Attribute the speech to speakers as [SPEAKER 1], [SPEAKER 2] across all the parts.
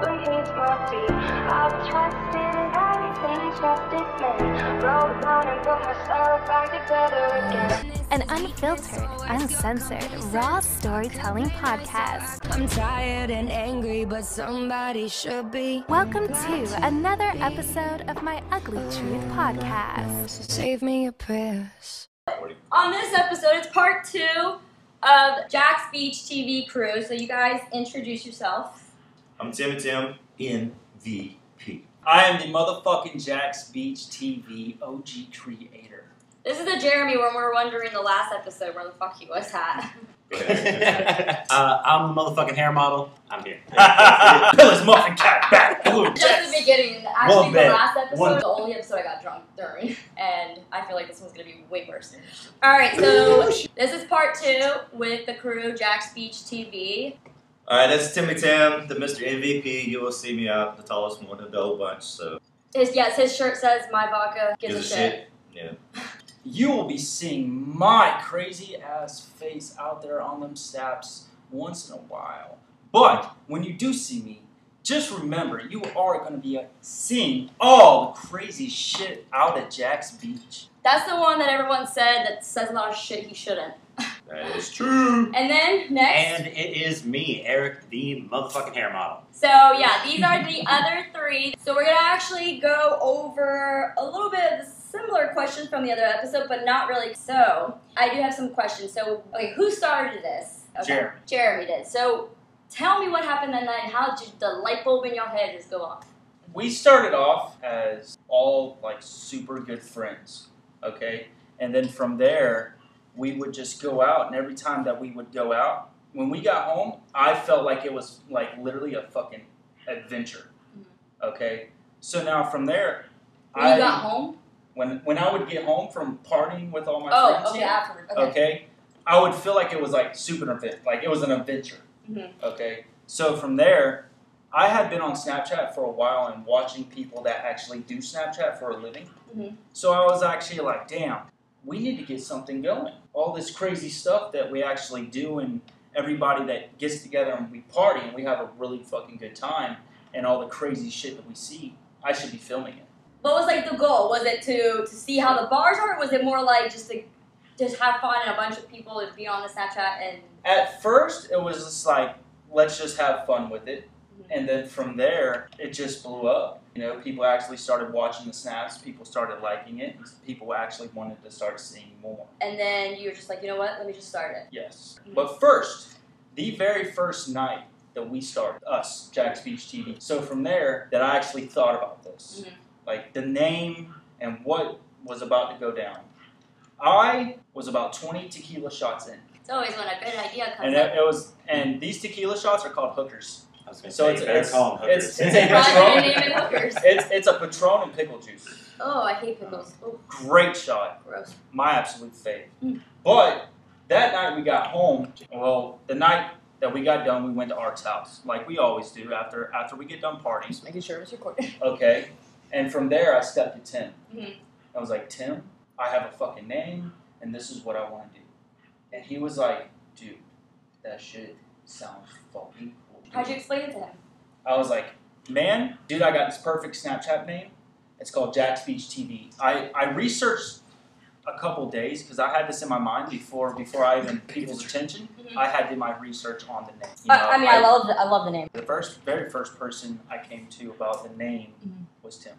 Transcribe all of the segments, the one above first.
[SPEAKER 1] but he's worthy. I've trusted everything, trusted men. Broke down and put myself back together again.
[SPEAKER 2] An unfiltered, uncensored, raw storytelling podcast.
[SPEAKER 3] I'm tired and angry, but somebody should be.
[SPEAKER 2] Welcome to another episode of my Ugly Truth podcast.
[SPEAKER 3] Save me a prayers.
[SPEAKER 4] On this episode, it's part two of Jack's Beach TV crew. So you guys introduce yourself.
[SPEAKER 5] I'm Tim Tim MVP.
[SPEAKER 6] I am the motherfucking Jack's Beach TV OG creator.
[SPEAKER 4] This is the Jeremy when we were wondering the last episode where the fuck he was at.
[SPEAKER 5] Go ahead.
[SPEAKER 7] Uh, I'm the motherfucking hair model. I'm here.
[SPEAKER 6] Pillar's muffin cat back. Boom.
[SPEAKER 4] Just the beginning. Actually,
[SPEAKER 6] One
[SPEAKER 4] the
[SPEAKER 6] bed.
[SPEAKER 4] last episode,
[SPEAKER 6] One-
[SPEAKER 4] the only episode I got drunk during, and I feel like this one's gonna be way worse. All right, so this is part two with the crew Jack's Beach TV.
[SPEAKER 5] All right, that's Timmy Tam, the Mr. MVP. You will see me out, the tallest one of the whole bunch. So
[SPEAKER 4] His yes, his shirt says "My vodka gives,
[SPEAKER 5] give a
[SPEAKER 4] a shit."
[SPEAKER 5] shit. Yeah.
[SPEAKER 6] You will be seeing my crazy ass face out there on them saps once in a while. But when you do see me, just remember you are going to be uh, seeing all the crazy shit out at Jack's Beach.
[SPEAKER 4] That's the one that everyone said that says a lot of shit he shouldn't.
[SPEAKER 5] That is true.
[SPEAKER 4] And then next.
[SPEAKER 7] And it is me, Eric, the motherfucking hair model.
[SPEAKER 4] So yeah, these are the other three. So we're gonna actually go over a little bit of the similar questions from the other episode, but not really. So I do have some questions. So okay, who started this? Okay.
[SPEAKER 6] Jeremy.
[SPEAKER 4] Jeremy did. So tell me what happened that night. and How did the light bulb in your head just go off?
[SPEAKER 6] we started off as all like super good friends, okay? And then from there, we would just go out, and every time that we would go out, when we got home, I felt like it was like literally a fucking adventure, okay? So now from there,
[SPEAKER 4] Mm-hmm. When
[SPEAKER 6] I
[SPEAKER 4] you got home?
[SPEAKER 6] when when I would get home from partying with all my
[SPEAKER 4] Oh,
[SPEAKER 6] friends,
[SPEAKER 4] okay, afterward. Okay.
[SPEAKER 6] okay, I would feel like it was like super event, like it was an adventure.
[SPEAKER 4] Mhm.
[SPEAKER 6] Okay, so from there, I had been on Snapchat for a while and watching people that actually do Snapchat for a living.
[SPEAKER 4] Mhm.
[SPEAKER 6] So I was actually like, damn, we need to get something going. All this crazy stuff that we actually do, and everybody that gets together and we party and we have a really fucking good time, and all the crazy shit that we see, I should be filming it.
[SPEAKER 4] What was like the goal? Was it to to see how the bars are? Or was it more like just to just have fun and a bunch of people and be on the Snapchat and
[SPEAKER 6] At first, it was just like, let's just have fun with it. And then from there, it just blew up. You know, people actually started watching the snaps, people started liking it, and people actually wanted to start seeing more.
[SPEAKER 4] and then you were just like, you know what? Let me just start it.
[SPEAKER 6] Yes. But first, the very first night that we started, us, Jack's Beach TV. So from there, that I actually thought about this.
[SPEAKER 4] Mhm.
[SPEAKER 6] Like the name and what was about to go down. I was about 20 tequila shots in.
[SPEAKER 4] It's always when a good idea comes
[SPEAKER 6] And
[SPEAKER 4] up.
[SPEAKER 6] it, it was, and these tequila shots are called hookers.
[SPEAKER 7] I was gonna
[SPEAKER 6] So
[SPEAKER 7] say,
[SPEAKER 6] it's-
[SPEAKER 7] you better
[SPEAKER 6] it's-
[SPEAKER 7] call him
[SPEAKER 6] it's-
[SPEAKER 7] hookers.
[SPEAKER 6] it's a-
[SPEAKER 4] Probably shouldn't have named it hookers.
[SPEAKER 6] It's it's a Patron and pickle juice.
[SPEAKER 4] Oh, I hate pickles. Oh,
[SPEAKER 6] Great shot,
[SPEAKER 4] gross.
[SPEAKER 6] my absolute fave.
[SPEAKER 4] Mm.
[SPEAKER 6] But that night we got home. Well, the night that we got done, we went to Art's house, like we always do after after we get done parties.
[SPEAKER 4] Just making sure it's recorded.
[SPEAKER 6] Okay, and from there I stepped to Tim.
[SPEAKER 4] Mhm.
[SPEAKER 6] I was like, Tim, I have a fucking name, and this is what I want to do. And he was like, Dude, that shit sounds fucking cool.
[SPEAKER 4] How'd you explain it to him?
[SPEAKER 6] I was like, man, dude, I got this perfect Snapchat name. It's called Jack's Beach TV. I, I researched a couple days because I had this in my mind before before I even people's attention.
[SPEAKER 4] Mhm.
[SPEAKER 6] I had did my research on the name. You
[SPEAKER 4] I,
[SPEAKER 6] know,
[SPEAKER 4] Uh, I mean, I, love the, I love the name.
[SPEAKER 6] the first very first person I came to about the name
[SPEAKER 4] Mm-hmm.
[SPEAKER 6] was Tim,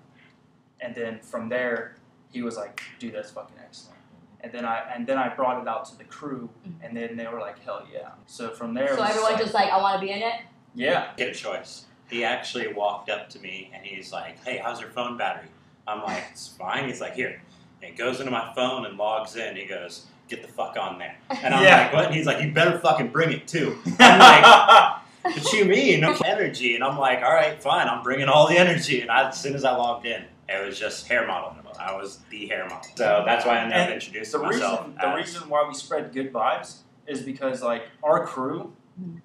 [SPEAKER 6] and then from there he was like, dude, that's fucking excellent. And then I and then I brought it out to the crew, and then they were like, hell yeah. So from there, it
[SPEAKER 4] Mm-hmm. So
[SPEAKER 6] was
[SPEAKER 4] everyone
[SPEAKER 6] like,
[SPEAKER 4] just like, I want to be in it.
[SPEAKER 6] yeah.
[SPEAKER 7] Good choice. He actually walked up to me and he's like, "Hey, how's your phone battery?" I'm like, "It's fine." He's like, "Here." And he goes into my phone and logs in. He goes, "Get the fuck on there." And I'm
[SPEAKER 6] Yeah.
[SPEAKER 7] like, "What?" And he's like, "You better fucking bring it too." I'm like, "What you mean? No energy?" And I'm like, "All right, fine. I'm bringing all the energy." And I, as soon as I logged in, it was just hair model. I was the hair model. So that's why I
[SPEAKER 6] And
[SPEAKER 7] never introduced
[SPEAKER 6] the
[SPEAKER 7] myself.
[SPEAKER 6] reason the
[SPEAKER 7] as-
[SPEAKER 6] reason why we spread good vibes is because like our crew
[SPEAKER 4] Mm-hmm.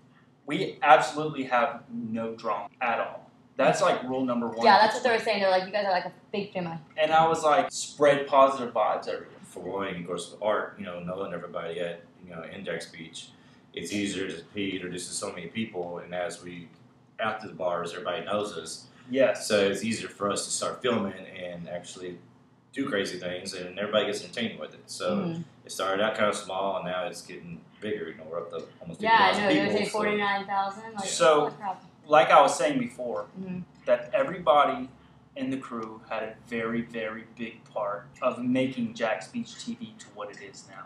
[SPEAKER 6] we absolutely have no drama at all that's like rule number one
[SPEAKER 4] Yeah, that's what they were saying. They're like, you guys are like a big family.
[SPEAKER 6] and i was like spread positive vibes everywhere
[SPEAKER 5] For one, of course, with art, you know, knowing everybody at, you know, index beach, it's easier to be introduced to so many people. And as we after the bars, everybody knows us.
[SPEAKER 6] Yes.
[SPEAKER 5] So it's easier for us to start filming and actually do crazy things, and everybody gets entertained with it.
[SPEAKER 6] Uh,
[SPEAKER 5] So
[SPEAKER 4] Mm-hmm. "Hmm."
[SPEAKER 5] it started out kind of small, and now it's getting bigger. You know, we're up to almost 50,000
[SPEAKER 4] Yeah, I know.
[SPEAKER 5] people.
[SPEAKER 4] It was like
[SPEAKER 5] so-
[SPEAKER 4] forty nine thousand. Like,
[SPEAKER 6] So-
[SPEAKER 4] holy crap.
[SPEAKER 6] like I was saying before,
[SPEAKER 4] Mhm.
[SPEAKER 6] that everybody in the crew had a very, very big part of making Jack's Beach TV to what it is now.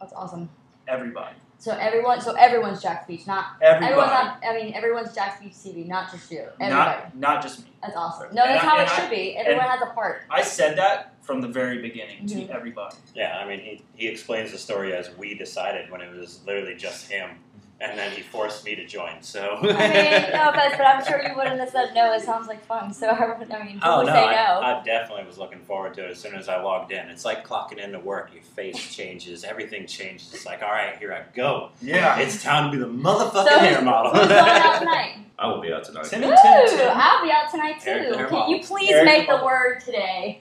[SPEAKER 4] that's awesome.
[SPEAKER 6] Everybody.
[SPEAKER 4] So everyone, so everyone's Jack's Beach, not everyone's.
[SPEAKER 6] Everybody.
[SPEAKER 4] Not, I mean, everyone's Jack's Beach TV, not just you. Everybody.
[SPEAKER 6] Not, not just me.
[SPEAKER 4] that's awesome. No,
[SPEAKER 6] And
[SPEAKER 4] that's
[SPEAKER 6] I-
[SPEAKER 4] how
[SPEAKER 6] and
[SPEAKER 4] it
[SPEAKER 6] I-
[SPEAKER 4] should be. Everyone has a part.
[SPEAKER 6] I said that from the very beginning to
[SPEAKER 4] Mm-hmm.
[SPEAKER 6] everybody.
[SPEAKER 7] Yeah, I mean, he, he explains the story as we decided when it was literally just him, and then he forced me to join. So
[SPEAKER 4] I mean, no offense, but I'm sure you wouldn't have said no. It sounds like fun. So I would- I mean, people
[SPEAKER 7] Oh
[SPEAKER 4] would
[SPEAKER 7] no,
[SPEAKER 4] say
[SPEAKER 7] I,
[SPEAKER 4] no.
[SPEAKER 7] I definitely was looking forward to it as soon as I logged in. It's like clocking into work. Your face changes, everything changes. It's like, all right, here I go. It's time to be the motherfucking
[SPEAKER 4] So uh, who's-
[SPEAKER 7] hair model.
[SPEAKER 4] Who's going out tonight?
[SPEAKER 5] I will be out tonight.
[SPEAKER 6] Tim
[SPEAKER 4] Ooh,
[SPEAKER 6] and Tim, Tim.
[SPEAKER 4] I'll be out tonight too.
[SPEAKER 7] Eric Lamar.
[SPEAKER 4] Can you please
[SPEAKER 6] Eric
[SPEAKER 4] make the
[SPEAKER 6] Lamar.
[SPEAKER 4] word today?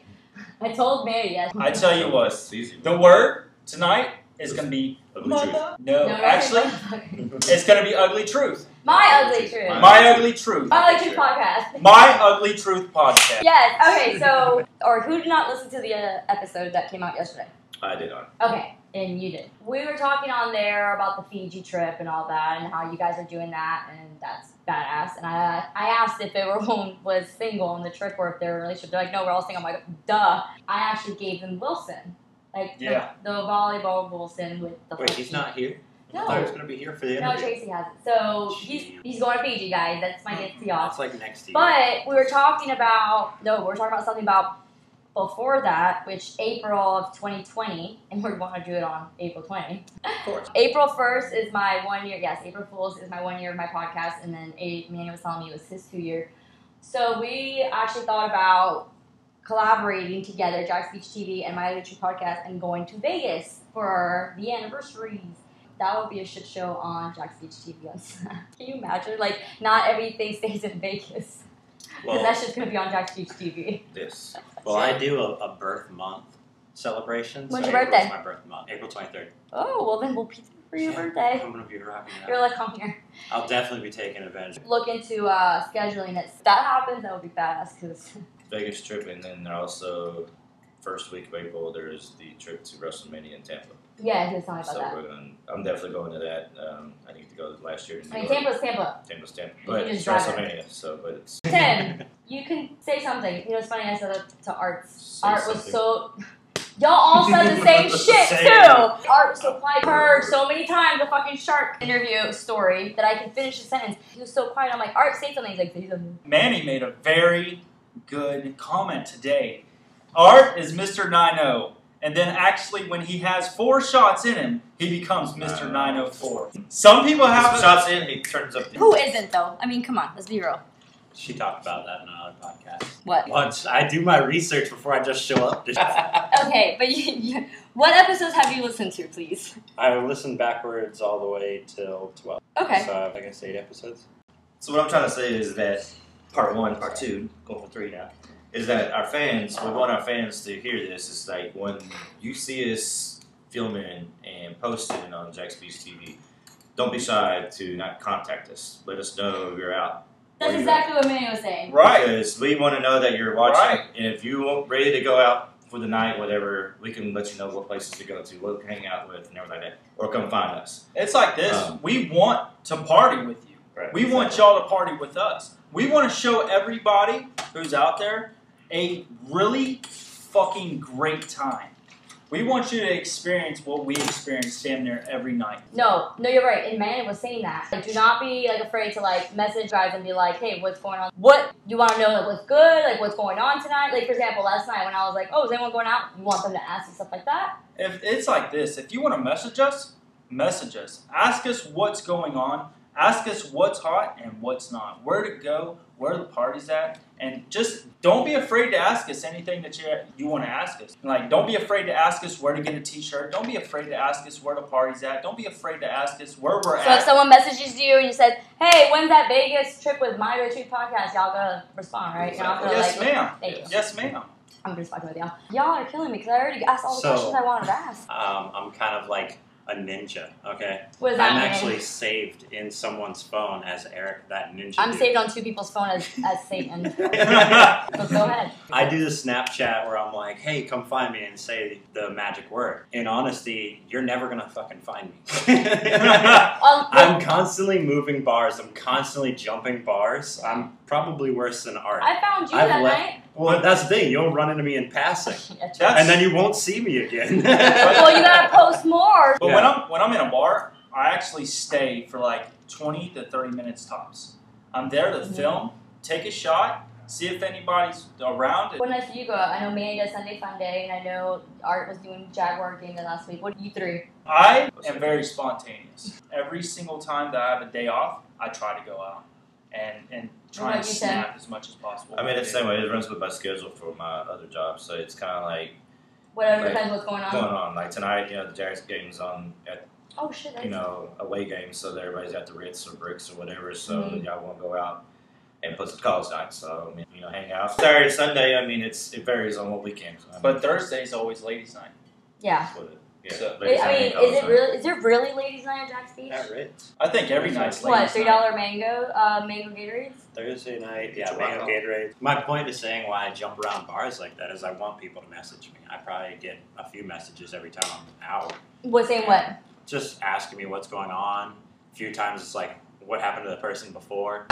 [SPEAKER 4] I told Mary yes.
[SPEAKER 6] I tell you what,
[SPEAKER 5] It's easy.
[SPEAKER 6] the word tonight is going to be
[SPEAKER 5] Ugly truth.
[SPEAKER 6] No,
[SPEAKER 4] No, I
[SPEAKER 6] actually,
[SPEAKER 4] said-
[SPEAKER 6] it's going to be Ugly Truth.
[SPEAKER 4] my ugly truth.
[SPEAKER 5] My-
[SPEAKER 6] My Ugly Truth.
[SPEAKER 4] my ugly truth podcast.
[SPEAKER 6] My Ugly Truth podcast.
[SPEAKER 4] Yes. Okay. So, or who did not listen to the uh, episode that came out yesterday?
[SPEAKER 5] I did not.
[SPEAKER 4] Okay, and you did. We were talking on there about the Fiji trip and all that, and how you guys are doing that, and that's badass. And I, I asked if everyone was single on the trip or if they were in a relationship. They're like, no, we're all single. I'm like, duh. I actually gave them Wilson, like the-
[SPEAKER 6] Yeah.
[SPEAKER 4] the, volleyball Wilson with the.
[SPEAKER 7] Wait, he's not here. I thought he was
[SPEAKER 4] No,
[SPEAKER 7] gonna be here for the
[SPEAKER 4] no,
[SPEAKER 7] interview. Hmm.
[SPEAKER 4] Tracy hasn't. So he's
[SPEAKER 7] Jeez.
[SPEAKER 4] he's going to Fiji, guys. That's my gift to y'all.
[SPEAKER 7] That's like next to you.
[SPEAKER 4] But we were talking about no, we were talking about something about before that, which April of 2020, and we want to do it on April 20.
[SPEAKER 5] Of course.
[SPEAKER 4] April 1st is my one year. Yes, April Fools is my one year of my podcast, and then A- Manny was telling me it was his two year. So we actually thought about collaborating together, Jack's Beach TV and my Literature podcast, and going to Vegas for the anniversaries. That would be a shit show on Jack's Beach TV. on Snap. Can you imagine? Like, not everything stays in Vegas. Because
[SPEAKER 7] well,
[SPEAKER 4] that shit's gonna be on Jack's Beach TV.
[SPEAKER 5] This.
[SPEAKER 7] well, I do a, a birth month celebration. so
[SPEAKER 4] When's your
[SPEAKER 7] April's
[SPEAKER 4] birthday?
[SPEAKER 7] My birth month, April twenty third.
[SPEAKER 4] Oh, well, then we'll pizza for your birthday.
[SPEAKER 7] I'm gonna be rocking it out.
[SPEAKER 4] You're like, come here.
[SPEAKER 7] I'll definitely be taking advantage.
[SPEAKER 4] Look into uh, scheduling it. If that happens, that would be badass because
[SPEAKER 5] Vegas trip, and then also first week of April there's the trip to WrestleMania in Tampa.
[SPEAKER 4] Yeah, he was telling me about
[SPEAKER 5] So
[SPEAKER 4] that.
[SPEAKER 5] we're going. I'm definitely going to that. Um, I need to go last year. To New
[SPEAKER 4] I mean,
[SPEAKER 5] York.
[SPEAKER 4] Tampa's Tampa.
[SPEAKER 5] Tampa's Tampa, but
[SPEAKER 4] can
[SPEAKER 5] it's
[SPEAKER 4] just drive it.
[SPEAKER 5] WrestleMania. So, but it's
[SPEAKER 4] Tim, you can say something. You know, it's funny. I said that to Arts.
[SPEAKER 5] say
[SPEAKER 4] Art was
[SPEAKER 5] something.
[SPEAKER 4] so. Y'all all said the same shit
[SPEAKER 7] Same.
[SPEAKER 4] too. Art was so quiet. I heard so many times the fucking shark interview story that I can finish the sentence. He was so quiet. I'm like, Art, say something. He's like, "Say something."
[SPEAKER 6] Manny made a very good comment today. Art is Mr. 90, and then actually when he has four shots in him, he becomes Mr. 904. Some people have a,
[SPEAKER 5] shots in. He turns up. The,
[SPEAKER 4] Who isn't though? I mean, come on. Let's be real.
[SPEAKER 7] She talked about that in another podcast.
[SPEAKER 4] What?
[SPEAKER 7] Once I do my research before I just show up. to-
[SPEAKER 4] Okay, but you, you, what episodes have you listened to, please?
[SPEAKER 7] I listened backwards all the way till twelve.
[SPEAKER 4] Okay.
[SPEAKER 7] So I have, I guess eight episodes.
[SPEAKER 5] So what I'm trying to say is that part one, part two, going for three now, is that our fans, we want our fans to hear this. It's like when you see us filming and posting on Jack's Beach TV, don't be shy to not contact us. Let us know you're out.
[SPEAKER 4] That's exactly what Manny was saying.
[SPEAKER 6] right.
[SPEAKER 5] Because we want to know that you're watching.
[SPEAKER 6] Right.
[SPEAKER 5] And if you want ready to go out for the night, whatever, we can let you know what places to go to, what to hang out with, and everything like that. Or come find us.
[SPEAKER 6] It's like this.
[SPEAKER 5] Um,
[SPEAKER 6] we want to party with you.
[SPEAKER 5] Right.
[SPEAKER 6] We want y'all to party with us. We want to show everybody who's out there a really fucking great time. We want you to experience what we experience damn near every night.
[SPEAKER 4] No, no, you're right. And Manny was saying that. Like, do not be like afraid to like message guys and be like, hey, what's going on? What you want to know? Like, what's good? Like, what's going on tonight? Like, for example, last night when I was like, oh, is anyone going out? You want them to ask and stuff like that?
[SPEAKER 6] If it's like this, if you want to message us, message us. Ask us what's going on. Ask us what's hot and what's not. Where to go, where the party's at, and just don't be afraid to ask us anything that you you want to ask us. Like don't be afraid to ask us where to get a t-shirt. Don't be afraid to ask us where the party's at. Don't be afraid to ask us where we're
[SPEAKER 4] So if
[SPEAKER 6] at.
[SPEAKER 4] someone messages you and you said, hey, when's that Vegas trip with my retreat podcast? Y'all gonna respond, right? Y'all gonna
[SPEAKER 6] yes,
[SPEAKER 4] like,
[SPEAKER 6] ma'am.
[SPEAKER 4] thank you.
[SPEAKER 6] Yes, ma'am.
[SPEAKER 4] I'm just fucking with y'all. Y'all are killing me because I already asked all the
[SPEAKER 7] So-
[SPEAKER 4] questions I wanted to ask.
[SPEAKER 7] Um, I'm kind of like a ninja. Okay,
[SPEAKER 8] What does that
[SPEAKER 7] I'm
[SPEAKER 8] mean?
[SPEAKER 7] actually saved in someone's phone as Eric that ninja.
[SPEAKER 4] I'm
[SPEAKER 7] dude.
[SPEAKER 4] saved on two people's phone as, as Satan. But go ahead.
[SPEAKER 7] I do the Snapchat where I'm like, hey, come find me and say the magic word. In honesty, you're never gonna fucking find me.
[SPEAKER 4] Um,
[SPEAKER 7] I'm constantly moving bars. I'm constantly jumping bars. I'm probably worse than art.
[SPEAKER 8] I found you
[SPEAKER 7] I've
[SPEAKER 8] that
[SPEAKER 7] left-
[SPEAKER 8] night.
[SPEAKER 7] well, that's the thing. You'll run into me in passing,
[SPEAKER 6] That's-
[SPEAKER 7] and then you won't see me again.
[SPEAKER 4] well, you gotta post more.
[SPEAKER 6] But
[SPEAKER 7] Yeah.
[SPEAKER 6] when I'm when I'm in a bar, I actually stay for like twenty to thirty minutes tops. I'm there
[SPEAKER 4] Mm-hmm.
[SPEAKER 6] to film, take a shot, see if anybody's around. And
[SPEAKER 4] What nights do you go out? I know Manny does Sunday Fun Day, and I know Art was doing Jaguar game the last week. What you three?
[SPEAKER 6] I am very spontaneous. Every single time that I have a day off, I try to go out and and
[SPEAKER 4] What
[SPEAKER 6] try
[SPEAKER 4] about
[SPEAKER 6] and
[SPEAKER 4] you,
[SPEAKER 6] snap as much as possible.
[SPEAKER 5] I mean, it's the same way. It runs with my schedule for my other job, so it's kind of like
[SPEAKER 4] Whatever
[SPEAKER 5] Right.
[SPEAKER 4] depends what's going on.
[SPEAKER 5] going on. Like tonight, you know, the Jags game's on at
[SPEAKER 4] Oh shit! That's
[SPEAKER 5] you know away game, so that everybody's at the Ritz or Bricks or whatever. So
[SPEAKER 4] Mhm.
[SPEAKER 5] y'all want to go out and plus it's college night, so I mean, you know, hang out. Saturday, Sunday. I mean, it's it varies on what weekends. I mean,
[SPEAKER 6] But Thursday's always ladies' night.
[SPEAKER 4] yeah.
[SPEAKER 5] with it. Yeah,
[SPEAKER 6] So-
[SPEAKER 5] ladies'
[SPEAKER 4] I
[SPEAKER 5] night and
[SPEAKER 4] mean,
[SPEAKER 5] college
[SPEAKER 4] is it
[SPEAKER 5] night.
[SPEAKER 4] really? Is there really ladies' night at Jack's Beach?
[SPEAKER 7] At Ritz,
[SPEAKER 6] I think every night's ladies'
[SPEAKER 4] What three
[SPEAKER 6] night.
[SPEAKER 4] dollar mango uh, mango Gatorades?
[SPEAKER 7] Thursday night, yeah,
[SPEAKER 6] Wow.
[SPEAKER 7] mango Gatorade. My point is saying why I jump around bars like that is I want people to message me. I probably get a few messages every time I'm out.
[SPEAKER 4] What's saying what?
[SPEAKER 7] just asking me what's going on. A few times it's like, what happened to the person before?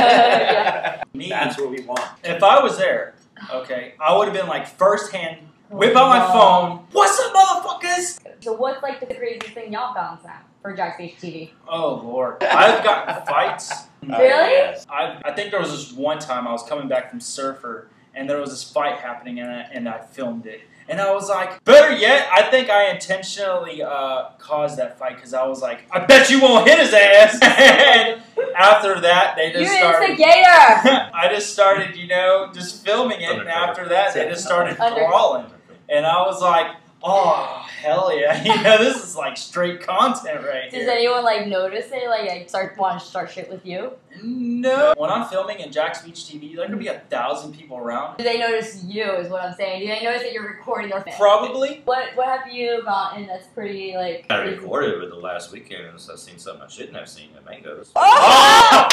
[SPEAKER 4] Yeah.
[SPEAKER 6] Me,
[SPEAKER 7] That's what we want.
[SPEAKER 6] if I was there, okay, I would have been like firsthand whip
[SPEAKER 4] Oh,
[SPEAKER 6] out my
[SPEAKER 4] no.
[SPEAKER 6] phone. What's up, motherfuckers?
[SPEAKER 4] So what's like the craziest thing y'all found on for Jack's Beach TV?
[SPEAKER 6] Oh lord, I've gotten fights.
[SPEAKER 7] Uh,
[SPEAKER 4] Really?
[SPEAKER 7] yes.
[SPEAKER 6] I, I think there was this one time I was coming back from Surfer and there was this fight happening and I, and I filmed it. And I was like, better yet, I think I intentionally uh, caused that fight because I was like, I bet you won't hit his ass. and after that, they
[SPEAKER 4] You
[SPEAKER 6] just started.
[SPEAKER 4] instigator.
[SPEAKER 6] I just started, you know, just filming it. And
[SPEAKER 5] Undercover.
[SPEAKER 6] after that, they just started
[SPEAKER 4] Undercover.
[SPEAKER 6] crawling. And I was like, oh, hell yeah. You know, this is like straight content right
[SPEAKER 4] Does
[SPEAKER 6] here.
[SPEAKER 4] anyone like notice it? Like, like start want to start shit with you?
[SPEAKER 6] No. When I'm filming in Jack's Beach TV, there could be a thousand people around.
[SPEAKER 4] Do they notice you? Is what I'm saying. Do they notice that you're recording their thing?
[SPEAKER 6] Probably.
[SPEAKER 4] What What have you gotten that's pretty like?
[SPEAKER 5] I
[SPEAKER 4] crazy?
[SPEAKER 5] recorded with the last weekend, so I've seen something I shouldn't have seen at Mangoes.
[SPEAKER 4] Oh!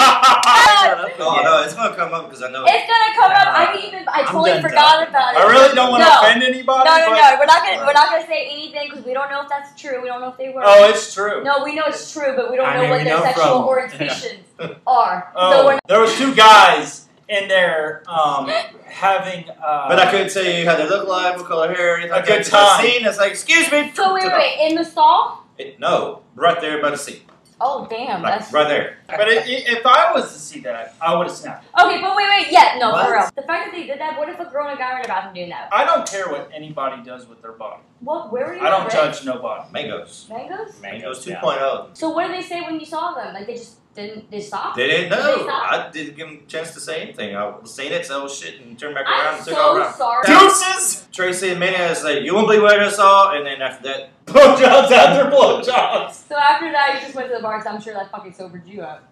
[SPEAKER 5] Oh no, it's gonna come up because I know.
[SPEAKER 4] It's gonna come up. I didn't even. I
[SPEAKER 7] I'm
[SPEAKER 4] totally
[SPEAKER 7] done
[SPEAKER 4] forgot
[SPEAKER 7] talking.
[SPEAKER 4] about it.
[SPEAKER 6] I really don't want to
[SPEAKER 4] No.
[SPEAKER 6] offend anybody.
[SPEAKER 4] No, no,
[SPEAKER 6] but-
[SPEAKER 4] no. We're not gonna. We're not gonna say anything because we don't know if that's true. We don't know if they were.
[SPEAKER 6] Oh, it's true.
[SPEAKER 4] no, we know it's true, but we don't
[SPEAKER 7] I
[SPEAKER 4] know
[SPEAKER 7] mean,
[SPEAKER 4] what
[SPEAKER 7] we
[SPEAKER 4] their
[SPEAKER 7] know
[SPEAKER 4] sexual
[SPEAKER 7] from-
[SPEAKER 4] orientations are. So
[SPEAKER 6] Oh,
[SPEAKER 4] we're not,
[SPEAKER 6] there was two guys in there um, having. Uh,
[SPEAKER 5] But I couldn't tell you how they look like, what color hair, or anything.
[SPEAKER 6] A
[SPEAKER 5] like
[SPEAKER 6] good
[SPEAKER 5] that. 'Cause I
[SPEAKER 6] time.
[SPEAKER 5] Seen, it's like, excuse me.
[SPEAKER 4] So wait, wait, wait. In the stall?
[SPEAKER 5] It- no, right there by the seat,
[SPEAKER 4] Oh damn,
[SPEAKER 5] like,
[SPEAKER 4] that's
[SPEAKER 5] right there.
[SPEAKER 6] But it, i if I was to see that, I would have snapped.
[SPEAKER 4] okay. But wait, wait. Yeah, no,
[SPEAKER 7] What?
[SPEAKER 4] for real. The fact that they did that. What if a girl and a guy were in the bathroom doing that?
[SPEAKER 6] I don't care what anybody does with their body.
[SPEAKER 4] What? Where were you?
[SPEAKER 6] I don't
[SPEAKER 4] at,
[SPEAKER 6] judge nobody.
[SPEAKER 5] Mangoes.
[SPEAKER 4] Rick? Mangoes.
[SPEAKER 5] Mangoes oh.
[SPEAKER 7] Mangoes,
[SPEAKER 5] 2.0.
[SPEAKER 4] So what did they say when you saw them? Like they just didn't. They stopped.
[SPEAKER 5] They didn't
[SPEAKER 4] They
[SPEAKER 5] know.
[SPEAKER 4] stopped?
[SPEAKER 5] I didn't give them a chance to say anything. I seen it, so shit, and turned back around
[SPEAKER 4] I'm
[SPEAKER 5] and took all
[SPEAKER 4] so
[SPEAKER 5] around.
[SPEAKER 4] sorry.
[SPEAKER 5] Deuces! Tracy and Minnie is like, you won't believe what I just saw, and then after that,
[SPEAKER 6] Blowjobs after blowjobs.
[SPEAKER 4] So after that, you just went to the bar. So I'm sure that fucking sobered you up.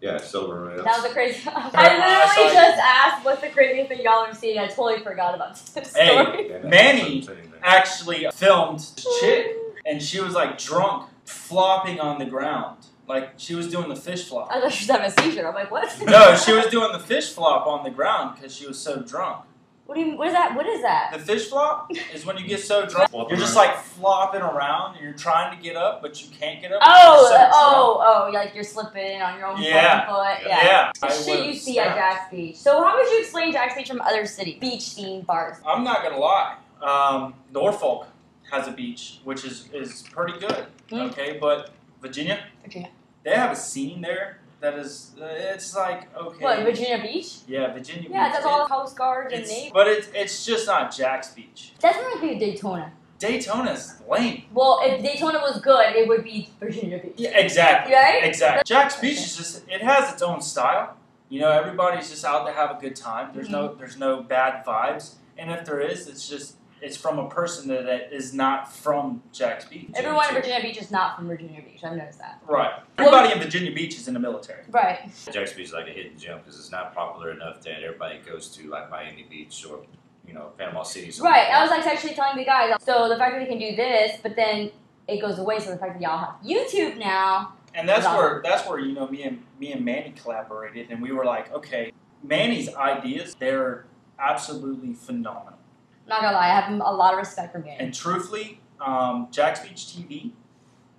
[SPEAKER 5] yeah, silver. rails.
[SPEAKER 4] That was a crazy. I
[SPEAKER 6] I saw
[SPEAKER 4] literally
[SPEAKER 6] you.
[SPEAKER 4] just asked what's the craziest thing y'all ever seen. I totally forgot about this
[SPEAKER 6] Hey.
[SPEAKER 4] story.
[SPEAKER 5] Yeah,
[SPEAKER 6] Manny.
[SPEAKER 5] that's what I'm saying, man.
[SPEAKER 6] Actually, filmed this chick, and she was like drunk, flopping on the ground. Like she was doing the fish flop.
[SPEAKER 4] I thought she was having a seizure. I'm like, what?
[SPEAKER 6] No, she was doing the fish flop on the ground because she was so drunk.
[SPEAKER 4] What do you? What is that? What is that?
[SPEAKER 6] The fish flop is when you get so drunk,
[SPEAKER 5] Flop
[SPEAKER 6] you're just
[SPEAKER 5] around.
[SPEAKER 6] like flopping around and you're trying to get up, but you can't get up.
[SPEAKER 4] Oh,
[SPEAKER 6] because you're so
[SPEAKER 4] oh, oh! You're like you're slipping on your own
[SPEAKER 6] Yeah.
[SPEAKER 4] fucking foot.
[SPEAKER 6] drunk.
[SPEAKER 4] Yeah.
[SPEAKER 6] I
[SPEAKER 4] The shit you
[SPEAKER 6] would've
[SPEAKER 4] see at
[SPEAKER 6] snapped.
[SPEAKER 4] Jack's Beach. So how would you explain Jack's Beach from other city beach themed bars?
[SPEAKER 6] I'm not gonna lie. Um, Norfolk has a beach, which is is pretty good.
[SPEAKER 4] Mm.
[SPEAKER 6] Okay, but Virginia,
[SPEAKER 4] Virginia.
[SPEAKER 6] they have a scene there that is. Uh, it's like okay.
[SPEAKER 4] What Virginia Beach?
[SPEAKER 6] Yeah, Virginia.
[SPEAKER 4] Yeah,
[SPEAKER 6] beach,
[SPEAKER 4] that's
[SPEAKER 6] it-
[SPEAKER 4] all Coast Guard and
[SPEAKER 6] it's-
[SPEAKER 4] Navy.
[SPEAKER 6] but it's it's just not Jack's Beach.
[SPEAKER 4] That's not like Daytona.
[SPEAKER 6] Daytona's lame.
[SPEAKER 4] Well, if Daytona was good, it would be Virginia Beach.
[SPEAKER 6] Yeah, exactly.
[SPEAKER 4] Right?
[SPEAKER 6] Exactly. Jack's Beach is just it has its own style. You know, everybody's just out to have a good time. There's
[SPEAKER 4] Mm-hmm.
[SPEAKER 6] no there's no bad vibes. And if there is, it's just it's from a person that, that is not from Jack's Beach.
[SPEAKER 4] Everyone in Virginia Beach is not from Virginia Beach. I've noticed that.
[SPEAKER 6] Right. Everybody in Virginia Beach is in the military.
[SPEAKER 4] Right.
[SPEAKER 5] Jack's Beach is like a hidden gem because it's not popular enough that everybody goes to like Miami Beach or you know Panama City.
[SPEAKER 4] Right. I was like actually telling the guys. So the fact that we can do this, but then it goes away. So the fact that y'all have YouTube now,
[SPEAKER 6] And that's
[SPEAKER 4] Love.
[SPEAKER 6] where that's where you know me and me and Manny collaborated, and we were like, okay, Manny's ideas they're absolutely phenomenal.
[SPEAKER 4] I'm not gonna lie, I have a lot of respect for Manny.
[SPEAKER 6] And truthfully, um, Jack's Beach TV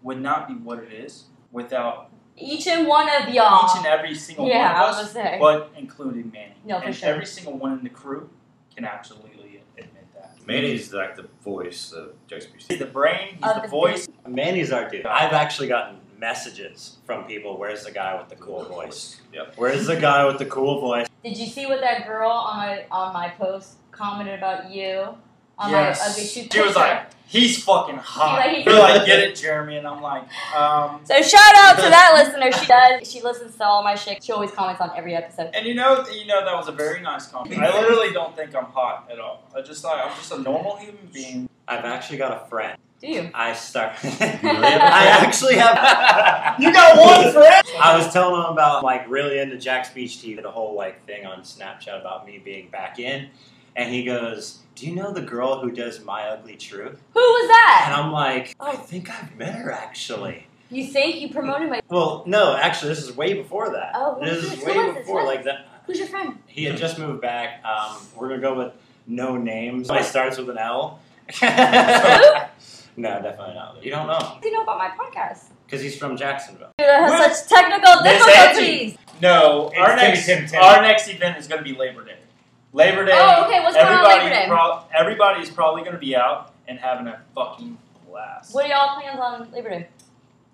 [SPEAKER 6] would not be what it is without
[SPEAKER 4] Each and one of y'all.
[SPEAKER 6] each and every single
[SPEAKER 4] yeah, I
[SPEAKER 6] one
[SPEAKER 4] was
[SPEAKER 6] of
[SPEAKER 4] gonna
[SPEAKER 6] us,
[SPEAKER 4] say.
[SPEAKER 6] but including Manny.
[SPEAKER 4] No, for
[SPEAKER 6] and
[SPEAKER 4] sure.
[SPEAKER 6] every single one in the crew can absolutely admit that.
[SPEAKER 5] Manny's like the voice of Jackson
[SPEAKER 6] He's the brain, he's
[SPEAKER 4] Of
[SPEAKER 6] the,
[SPEAKER 4] the
[SPEAKER 6] voice.
[SPEAKER 7] Manny's our dude. I've actually gotten messages from people. Where's the guy with the cool voice?
[SPEAKER 5] Yep.
[SPEAKER 7] Where's the guy with the cool voice?
[SPEAKER 4] Did you see what that girl on my, on my post commented about you? On my ugly
[SPEAKER 6] yes.
[SPEAKER 4] shoot
[SPEAKER 6] she was like, he's fucking hot.
[SPEAKER 4] Like, he-
[SPEAKER 6] They're like, get it, Jeremy, and I'm like, um,
[SPEAKER 4] So shout out to that listener. She does. She listens to all my shit. She always comments on every episode.
[SPEAKER 6] And you know, you know that was a very nice comment. I literally don't think I'm hot at all. I just like I'm just a normal human being.
[SPEAKER 7] I've actually got a friend.
[SPEAKER 4] Do you?
[SPEAKER 7] I start. I
[SPEAKER 4] I
[SPEAKER 7] actually have.
[SPEAKER 6] You got one friend.
[SPEAKER 7] I was telling him about like really into Jack's Beach TV, the whole like thing on Snapchat about me being back in, and he goes, "Do you know the girl who does My Ugly Truth?"
[SPEAKER 4] Who was
[SPEAKER 7] And
[SPEAKER 4] that?
[SPEAKER 7] I'm like, "I think I've met her actually."
[SPEAKER 4] You think you promoted my?
[SPEAKER 7] Well, no, actually, this is way before that.
[SPEAKER 4] Oh, who
[SPEAKER 7] this
[SPEAKER 4] is
[SPEAKER 7] is
[SPEAKER 4] this?
[SPEAKER 7] way
[SPEAKER 4] Who is this?
[SPEAKER 7] before
[SPEAKER 4] What?
[SPEAKER 7] like that.
[SPEAKER 4] Who's your friend?
[SPEAKER 7] He had just moved back. Um, we're gonna go with no names. It starts with an L. no, definitely not. You don't know
[SPEAKER 4] What do you know about my podcast?
[SPEAKER 7] because he's from Jacksonville.
[SPEAKER 4] Dude, I
[SPEAKER 6] What?
[SPEAKER 4] have such technical
[SPEAKER 6] Miss
[SPEAKER 4] difficulties.
[SPEAKER 6] No,
[SPEAKER 7] It's
[SPEAKER 6] our
[SPEAKER 7] Timmy,
[SPEAKER 6] next
[SPEAKER 7] Timmy, Timmy.
[SPEAKER 6] our next event is going to be Labor Day. Labor Day.
[SPEAKER 4] Oh, okay, what's going on
[SPEAKER 6] everybody
[SPEAKER 4] Labor Day?
[SPEAKER 6] prob- everybody's probably going to be out and having a fucking blast.
[SPEAKER 4] What are y'all plans on Labor Day?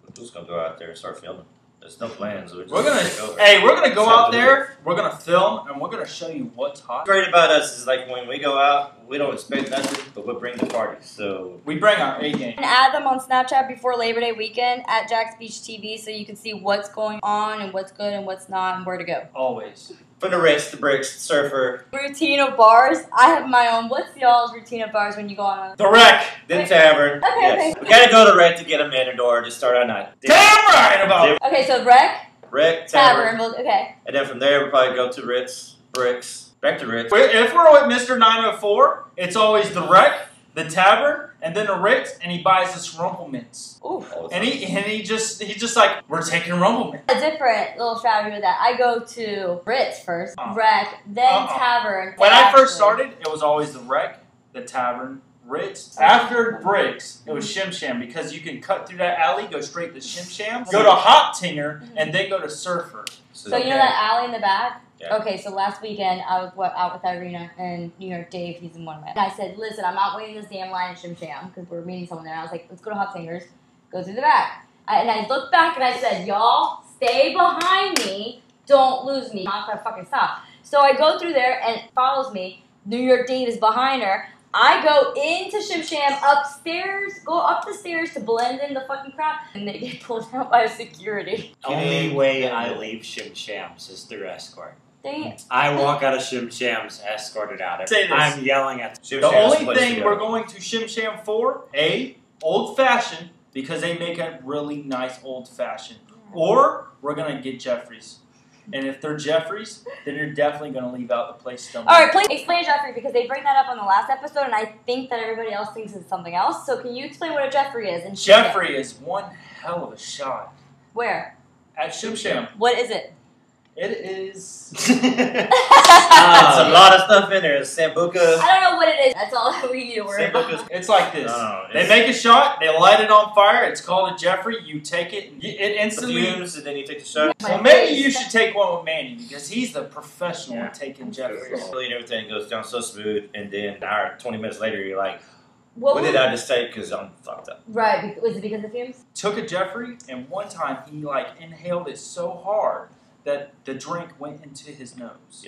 [SPEAKER 5] We're just gonna go out there and start filming. There's no plans. We're just
[SPEAKER 6] We're gonna,
[SPEAKER 5] take over.
[SPEAKER 6] hey, we're gonna go
[SPEAKER 5] Sounds
[SPEAKER 6] out there. We're gonna film, and we're gonna show you what's hot.
[SPEAKER 5] What's great about us is like when we go out, we don't expect nothing, but we bring the party. So
[SPEAKER 6] We bring our A game.
[SPEAKER 4] And add them on Snapchat before Labor Day weekend at Jack's Beach TV, so you can see what's going on and what's good and what's not and where to go.
[SPEAKER 6] Always.
[SPEAKER 5] for the rest, the bricks, surfer,
[SPEAKER 4] Routine of bars. I have my own. What's y'all's routine of bars when you go on?
[SPEAKER 5] the wreck, then
[SPEAKER 4] Wait.
[SPEAKER 5] tavern.
[SPEAKER 4] Okay,
[SPEAKER 5] yes, we gotta go to wreck to get a matador to start our night.
[SPEAKER 6] Damn right about it.
[SPEAKER 4] A- okay, so rec,
[SPEAKER 5] Wreck,
[SPEAKER 4] tavern.
[SPEAKER 5] tavern,
[SPEAKER 4] well, Okay,
[SPEAKER 5] and then from there we probably go to Ritz, bricks, back to Ritz.
[SPEAKER 6] We're- If we're with Mr. 904, it's always the wreck, the tavern, and then the Ritz, and he buys us rumplements.
[SPEAKER 4] ooh.
[SPEAKER 5] All the
[SPEAKER 6] And he
[SPEAKER 5] time.
[SPEAKER 6] and he just he's just like, we're taking rumplements.
[SPEAKER 4] A different little strategy with that. I go to Ritz first,
[SPEAKER 6] Uh-uh.
[SPEAKER 4] rec, then
[SPEAKER 6] Uh-uh.
[SPEAKER 4] tavern.
[SPEAKER 6] When
[SPEAKER 4] then
[SPEAKER 6] I first
[SPEAKER 4] actually-
[SPEAKER 6] started, it was always the wreck, the tavern, Ritz. After bricks, it was
[SPEAKER 4] Mm-hmm.
[SPEAKER 6] Shim Sham because you can cut through that alley, go straight to Shim Sham, go to
[SPEAKER 4] Mm-hmm.
[SPEAKER 6] Hot Tinger, and then go to Surfer.
[SPEAKER 4] So you know
[SPEAKER 5] Okay.
[SPEAKER 4] that alley in the back?
[SPEAKER 5] Yeah.
[SPEAKER 4] Okay, so last weekend I was wa- out with Irina and New York Dave. He's in one of my. And I said, listen, I'm not waiting this damn line at Shim Sham because we're meeting someone there. And I was like, let's go to Hot Singers, go through the back. I, and I looked back and I said, y'all stay behind me, don't lose me. I'm not gonna fucking stop. So I go through there and it follows me. New York Dave is behind her. I go into Shim Sham upstairs, go up the stairs to blend in the fucking crowd, and they get pulled out by security.
[SPEAKER 7] Only way I leave Shim Shams is through escort.
[SPEAKER 4] Dang it.
[SPEAKER 7] I walk out of Shim Shams escorted out.
[SPEAKER 6] Say this.
[SPEAKER 7] I'm yelling at.
[SPEAKER 5] Shim Sham's
[SPEAKER 6] The
[SPEAKER 5] the
[SPEAKER 6] only
[SPEAKER 5] place to
[SPEAKER 6] thing
[SPEAKER 5] go.
[SPEAKER 6] we're going to Shim Sham for, A, old fashioned, because they make a really nice old fashioned. Or we're going to get Jeffries. And if they're Jeffries, then you're definitely going to leave out the place stumbling.
[SPEAKER 4] All right, please explain Jeffrey because they bring that up on the last episode, and I think that everybody else thinks it's something else. So can you explain what a Jeffrey is? And share it?
[SPEAKER 6] Jeffrey is one hell of a shot
[SPEAKER 4] where?
[SPEAKER 6] at Shim Sham.
[SPEAKER 4] What is it?
[SPEAKER 6] It is.
[SPEAKER 7] That's
[SPEAKER 5] It's a
[SPEAKER 7] Ah.
[SPEAKER 5] lot of stuff in there. It's Sambuca.
[SPEAKER 4] I don't know what it is. That's all we need to worry about.
[SPEAKER 5] Sambuca's
[SPEAKER 6] It's like this.
[SPEAKER 5] No,
[SPEAKER 6] They
[SPEAKER 5] it's-
[SPEAKER 6] make a shot, they light it on fire, it's called a Jeffrey, you take it, and you- it
[SPEAKER 5] the
[SPEAKER 6] instantly.
[SPEAKER 5] fumes, and then you take the shot.
[SPEAKER 4] My
[SPEAKER 6] Well, maybe
[SPEAKER 4] face.
[SPEAKER 6] you should take one with Manny because he's the professional
[SPEAKER 5] Yeah.
[SPEAKER 6] at taking Jeffries.
[SPEAKER 5] And everything goes down so smooth, and then an hour, 20 minutes later, you're like,
[SPEAKER 4] What
[SPEAKER 5] what
[SPEAKER 4] was,
[SPEAKER 5] did I just take? Because I'm fucked up.
[SPEAKER 4] Right. be- Was it because of fumes?
[SPEAKER 6] took a Jeffrey, and one time he like inhaled it so hard that the drink went into his nose.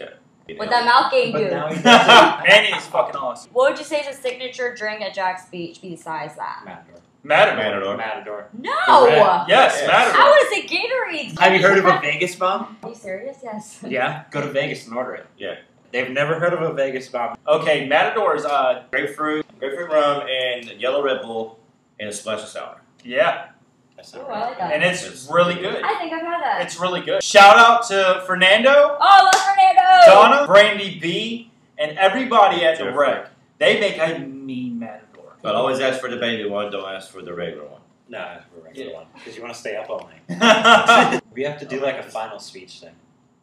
[SPEAKER 5] You
[SPEAKER 4] What
[SPEAKER 5] know?
[SPEAKER 4] that mouth game
[SPEAKER 7] But
[SPEAKER 4] do?
[SPEAKER 7] now he does
[SPEAKER 6] Manny is fucking awesome.
[SPEAKER 4] What would you say is a signature drink at Jack's Beach besides that?
[SPEAKER 7] it. Matador.
[SPEAKER 6] Matador.
[SPEAKER 7] Matador.
[SPEAKER 4] No.
[SPEAKER 7] Correct.
[SPEAKER 6] Yes,
[SPEAKER 5] Yes.
[SPEAKER 4] I
[SPEAKER 6] Matador.
[SPEAKER 4] would say Gatorade.
[SPEAKER 7] Have you heard of a Vegas bomb?
[SPEAKER 4] Are you serious? Yes.
[SPEAKER 7] Yeah. Go to Vegas and order it.
[SPEAKER 5] Yeah.
[SPEAKER 7] They've never heard of a Vegas bomb.
[SPEAKER 6] Okay, Matador is uh
[SPEAKER 5] Grapefruit, grapefruit rum, and yellow Red Bull, and a splash of sour.
[SPEAKER 6] yeah,
[SPEAKER 7] That's
[SPEAKER 4] Ooh,
[SPEAKER 7] not
[SPEAKER 4] Oh, I like that.
[SPEAKER 6] and it's really good.
[SPEAKER 4] I think I've had that.
[SPEAKER 6] It's really good. Shout out to Fernando,
[SPEAKER 4] oh, Los Fernando.
[SPEAKER 6] Donna, Brandy B, and everybody at the
[SPEAKER 5] Jeffrey.
[SPEAKER 6] wreck. They make a mean Matador.
[SPEAKER 5] But always ask for the baby one, don't ask for the regular one.
[SPEAKER 7] No, we're a regular
[SPEAKER 6] Yeah.
[SPEAKER 7] one because you want to stay up
[SPEAKER 6] I
[SPEAKER 7] all night. we have to do like a final speech thing.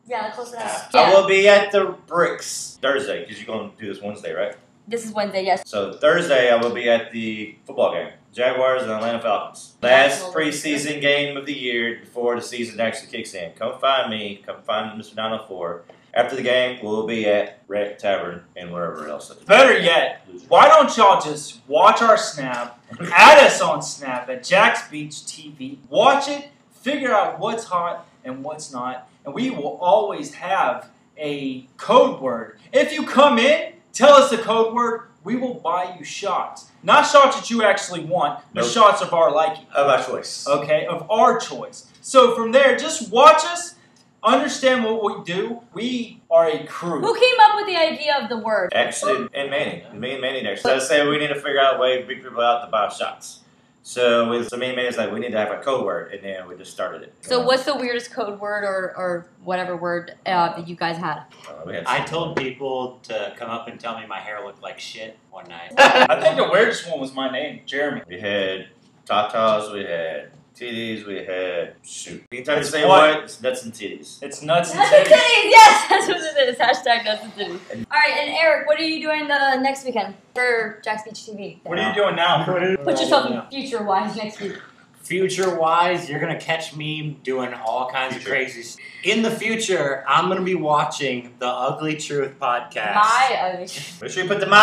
[SPEAKER 4] Yeah, close enough.
[SPEAKER 5] I
[SPEAKER 4] Yeah.
[SPEAKER 5] will be at the bricks Thursday because you're going to do this Wednesday, right?
[SPEAKER 4] This is Wednesday, yes.
[SPEAKER 5] So Thursday, I will be at the football game. Jaguars and Atlanta Falcons. Last preseason game of the year before the season actually kicks in. Come find me. Come find Mr. 904. After the game, we'll be at Red Tavern and wherever else.
[SPEAKER 6] Better yet, why don't y'all just watch our snap? Add us on snap at Jack's Beach TV. Watch it, figure out what's hot and what's not, and we will always have a code word. If you come in, tell us the code word. We will buy you shots. Not shots that you actually want, but
[SPEAKER 5] Nope.
[SPEAKER 6] shots of our liking.
[SPEAKER 5] Of our choice.
[SPEAKER 6] okay, of our choice. So from there, just watch us, understand what we do. We are a crew.
[SPEAKER 4] Who came up with the idea of the word?
[SPEAKER 5] Actually, and Manny. Me and Manny there. So I say we need to figure out a way to bring people out to buy shots. So, with, so me and Manny's like, we need to have a code word, and then we just started it.
[SPEAKER 4] So, what's the weirdest code word or, or whatever word uh, that you guys had?
[SPEAKER 5] Uh, we had
[SPEAKER 7] I told people to come up and tell me my hair looked like shit one night.
[SPEAKER 6] I think the weirdest one was my name, Jeremy.
[SPEAKER 5] We had tatas, we had titties, we had shoot. Anytime you
[SPEAKER 6] That's
[SPEAKER 5] say
[SPEAKER 6] what?
[SPEAKER 5] what, it's nuts and titties.
[SPEAKER 6] It's nuts and
[SPEAKER 4] Nuts and
[SPEAKER 6] titties.
[SPEAKER 4] titties, yes, that's what it is. Hashtag nuts and titties. All right, and Eric, what are you doing the next weekend for Jack's Beach TV?
[SPEAKER 6] What are you doing
[SPEAKER 7] Ah,
[SPEAKER 6] now?
[SPEAKER 4] Put yourself in future wise next week.
[SPEAKER 7] Future wise, you're gonna catch me doing all kinds of
[SPEAKER 5] Future.
[SPEAKER 7] crazy. s- In the future, I'm gonna be watching the Ugly Truth podcast.
[SPEAKER 4] My own.
[SPEAKER 5] Make sure you put the my.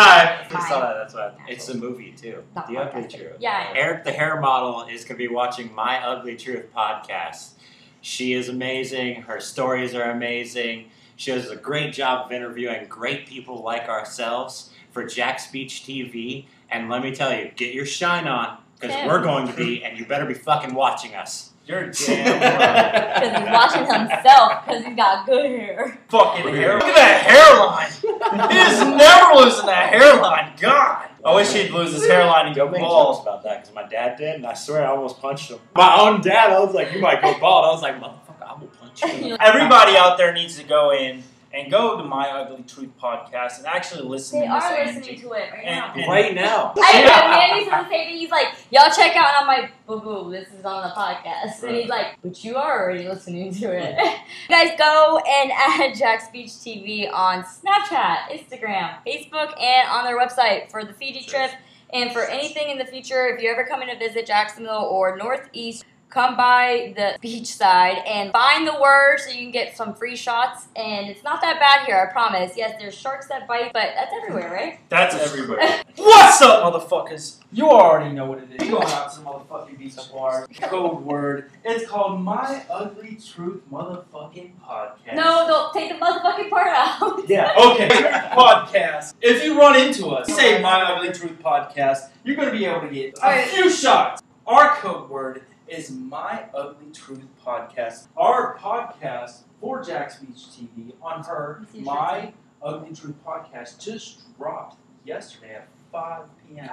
[SPEAKER 7] I saw that. That's what. I- it's a movie too.
[SPEAKER 4] Not
[SPEAKER 7] the Ugly
[SPEAKER 4] podcast.
[SPEAKER 7] Truth.
[SPEAKER 4] Yeah.
[SPEAKER 7] Eric, the hair model, is gonna be watching my Ugly Truth podcast. She is amazing. Her stories are amazing. She does a great job of interviewing great people like ourselves for Jack's Beach TV. And let me tell you, get your shine on because
[SPEAKER 4] Yeah.
[SPEAKER 7] we're going to be, and you better be fucking watching us.
[SPEAKER 6] You're damn right.
[SPEAKER 4] Because he's watching himself because he's got good hair.
[SPEAKER 6] Fucking hair. Look at that hairline. He is never losing that hairline. God. I wish he'd lose his hairline and go
[SPEAKER 7] Don't make jokes
[SPEAKER 6] bald.
[SPEAKER 7] about that because my dad did, and I swear I almost punched him. My own dad, I was like, "You might go bald." I was like, "Motherfucker, I will punch you."
[SPEAKER 6] Everybody out there needs to go in and go to My Ugly Truth podcast and actually listen
[SPEAKER 4] They
[SPEAKER 6] to this
[SPEAKER 4] are
[SPEAKER 6] energy.
[SPEAKER 4] listening to it right now.
[SPEAKER 6] And-
[SPEAKER 7] right now.
[SPEAKER 4] I know Manny's on the same thing. He's like, y'all check out. And I'm like, boo boo, this is on the podcast. And he's like, but you are already listening to it. you guys go and add Jack's Beach TV on Snapchat, Instagram, Facebook, and on their website for the Fiji trip and for anything in the future. If you ever come in to visit Jacksonville or Northeast, come by the beach side and find the word so you can get some free shots. And it's not that bad here, I promise. Yes, there's sharks that bite, but that's everywhere, right?
[SPEAKER 6] That's everywhere. What's up, motherfuckers? You already know what it is. You going out to the motherfucking beach bar. Code word. It's called My Ugly Truth Motherfucking Podcast.
[SPEAKER 4] No, don't take the motherfucking part out.
[SPEAKER 6] Yeah. Okay. podcast. If you run into us, say My Ugly Truth Podcast. You're gonna be able to get a
[SPEAKER 4] Alright.
[SPEAKER 6] few shots. Our code word is My Ugly Truth Podcast. Our podcast for Jack's Beach TV on her
[SPEAKER 4] It's your
[SPEAKER 6] My Ugly Truth Podcast just dropped yesterday at 5 p.m.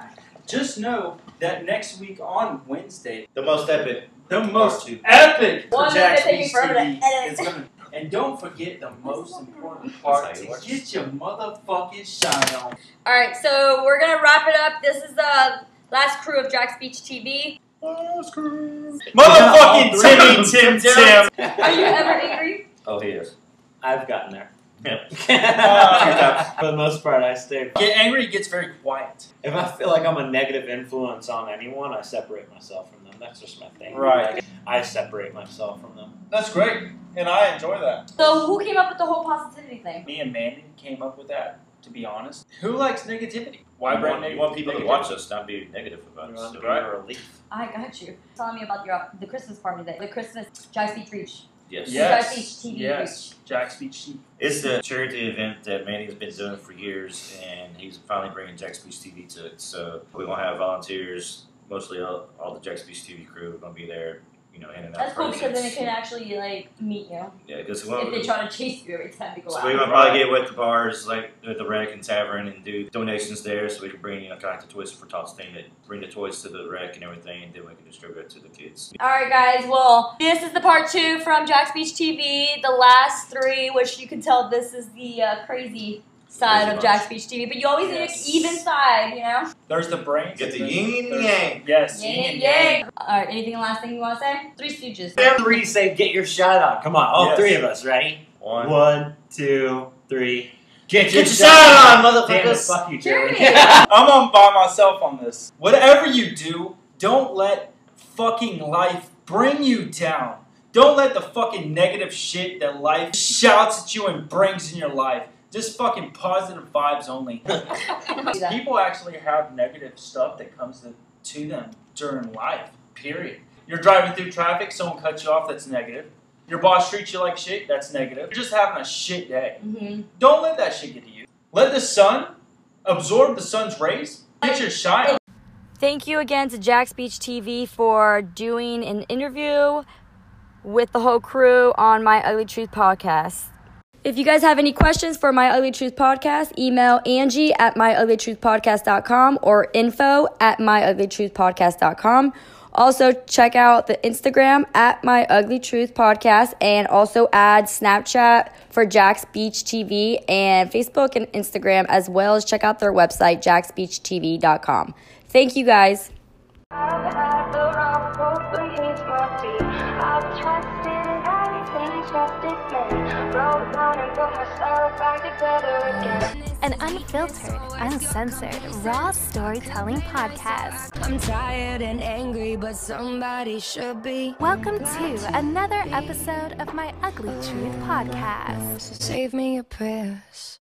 [SPEAKER 6] Just know that next week on Wednesday,
[SPEAKER 5] The most epic.
[SPEAKER 6] the most
[SPEAKER 5] Part two.
[SPEAKER 6] epic for
[SPEAKER 4] One that's
[SPEAKER 6] Jack's
[SPEAKER 4] gonna take
[SPEAKER 6] Beach
[SPEAKER 4] me forever to
[SPEAKER 6] TV
[SPEAKER 4] edit.
[SPEAKER 6] is gonna. And don't forget the most important part
[SPEAKER 5] That's how it
[SPEAKER 6] to
[SPEAKER 5] works.
[SPEAKER 6] get your motherfucking shine on.
[SPEAKER 4] All right, so we're gonna wrap it up. This is the last crew of Jack's Beach TV.
[SPEAKER 7] Motherfucking
[SPEAKER 5] Timmy, Tim, Tim.
[SPEAKER 4] Are you ever angry?
[SPEAKER 5] Oh, he is.
[SPEAKER 7] I've gotten there.
[SPEAKER 5] Yeah.
[SPEAKER 7] For the most part, I stay.
[SPEAKER 6] Get angry, it gets very quiet.
[SPEAKER 7] If I feel like I'm a negative influence on anyone, I separate myself from them. That's just my thing.
[SPEAKER 6] Right.
[SPEAKER 7] Like, I separate myself from them.
[SPEAKER 6] That's great, and I enjoy that.
[SPEAKER 4] So who came up with the whole positivity thing?
[SPEAKER 6] Me and Mandy came up with that. To be honest, who likes negativity? Why
[SPEAKER 5] you
[SPEAKER 6] brand
[SPEAKER 5] want,
[SPEAKER 6] new?
[SPEAKER 5] you want people to watch us, not be negative about
[SPEAKER 7] You're
[SPEAKER 5] us.
[SPEAKER 7] on
[SPEAKER 5] Right?
[SPEAKER 7] a relief.
[SPEAKER 4] I got you. Telling me about your the Christmas party that the Christmas Jack's Beach Reach.
[SPEAKER 5] Yes.
[SPEAKER 4] Yeah.
[SPEAKER 6] Yes.
[SPEAKER 4] Jack's Beach TV
[SPEAKER 6] yes. Jack's Beach TV.
[SPEAKER 5] It's the charity event that Manny's been doing for years, and he's finally bringing Jack's Beach TV to it. So we're gonna have volunteers, mostly all, all the Jack's Beach TV crew, are gonna be there. You know, handing out
[SPEAKER 4] That's cool because then it
[SPEAKER 5] presents.
[SPEAKER 4] can actually like meet you
[SPEAKER 5] yeah, because
[SPEAKER 4] if they try to chase you every time you go
[SPEAKER 5] So
[SPEAKER 4] out.
[SPEAKER 5] we're gonna probably get with the bars, like with the rec and tavern, and do donations there, so we can bring you know kind of the toys for tots thing, that bring the toys to the rec and everything, and then we can distribute it to the kids.
[SPEAKER 4] All right, guys. Well, this is the part two from Jack's Beach TV. The last three, which you can tell this is the uh, crazy side
[SPEAKER 5] There's a bunch.
[SPEAKER 4] of Jack's Beach TV, but you always need an
[SPEAKER 6] Yes.
[SPEAKER 4] even side, you know?
[SPEAKER 6] There's the brains.
[SPEAKER 5] Get the
[SPEAKER 6] there's-
[SPEAKER 5] yin and
[SPEAKER 6] there's-
[SPEAKER 5] yang.
[SPEAKER 6] Yes.
[SPEAKER 4] Yin and yang. All right, anything last thing you want to say? Three Stooges.
[SPEAKER 7] Them three say, get your shot on. Come on, all
[SPEAKER 6] Yes.
[SPEAKER 7] three of us, ready?
[SPEAKER 5] One.
[SPEAKER 7] One, two, three. Get,
[SPEAKER 5] your shot on,
[SPEAKER 7] Damn it,
[SPEAKER 5] motherfuckers.
[SPEAKER 7] fuck you, Jerry.
[SPEAKER 4] Jeremy!
[SPEAKER 6] I'm on by myself on this. Whatever you do, don't let fucking life bring you down. Don't let the fucking negative shit that life shouts at you and brings in your life. Just fucking positive vibes only.
[SPEAKER 4] Do that.
[SPEAKER 6] People actually have negative stuff that comes to, to them during life, period. You're driving through traffic, someone cuts you off, that's negative. Your boss treats you like shit, that's negative. You're just having a shit day.
[SPEAKER 4] Mm-hmm.
[SPEAKER 6] Don't let that shit get to you. Let the sun absorb the sun's rays. Get your shine. on.
[SPEAKER 4] Thank you again to Jack's Beach TV for doing an interview with the whole crew on My Ugly Truth podcast. If you guys have any questions for My Ugly Truth podcast, email Angie at myuglytruthpodcast.com or info at myuglytruthpodcast.com. Also, check out the Instagram at My Ugly Truth Podcast and also add Snapchat for Jack's Beach TV and Facebook and Instagram, as well as check out their website, jacksbeachtv.com. Thank you guys.
[SPEAKER 1] I've had the wrong road beneath my feet. I've trusted everything, trusted men. Broke down and put myself back together again.
[SPEAKER 2] An unfiltered, uncensored, raw storytelling podcast.
[SPEAKER 3] I'm tired and angry, but somebody should be.
[SPEAKER 2] Welcome to another episode of my Ugly Truth podcast.
[SPEAKER 3] So save me your prayers.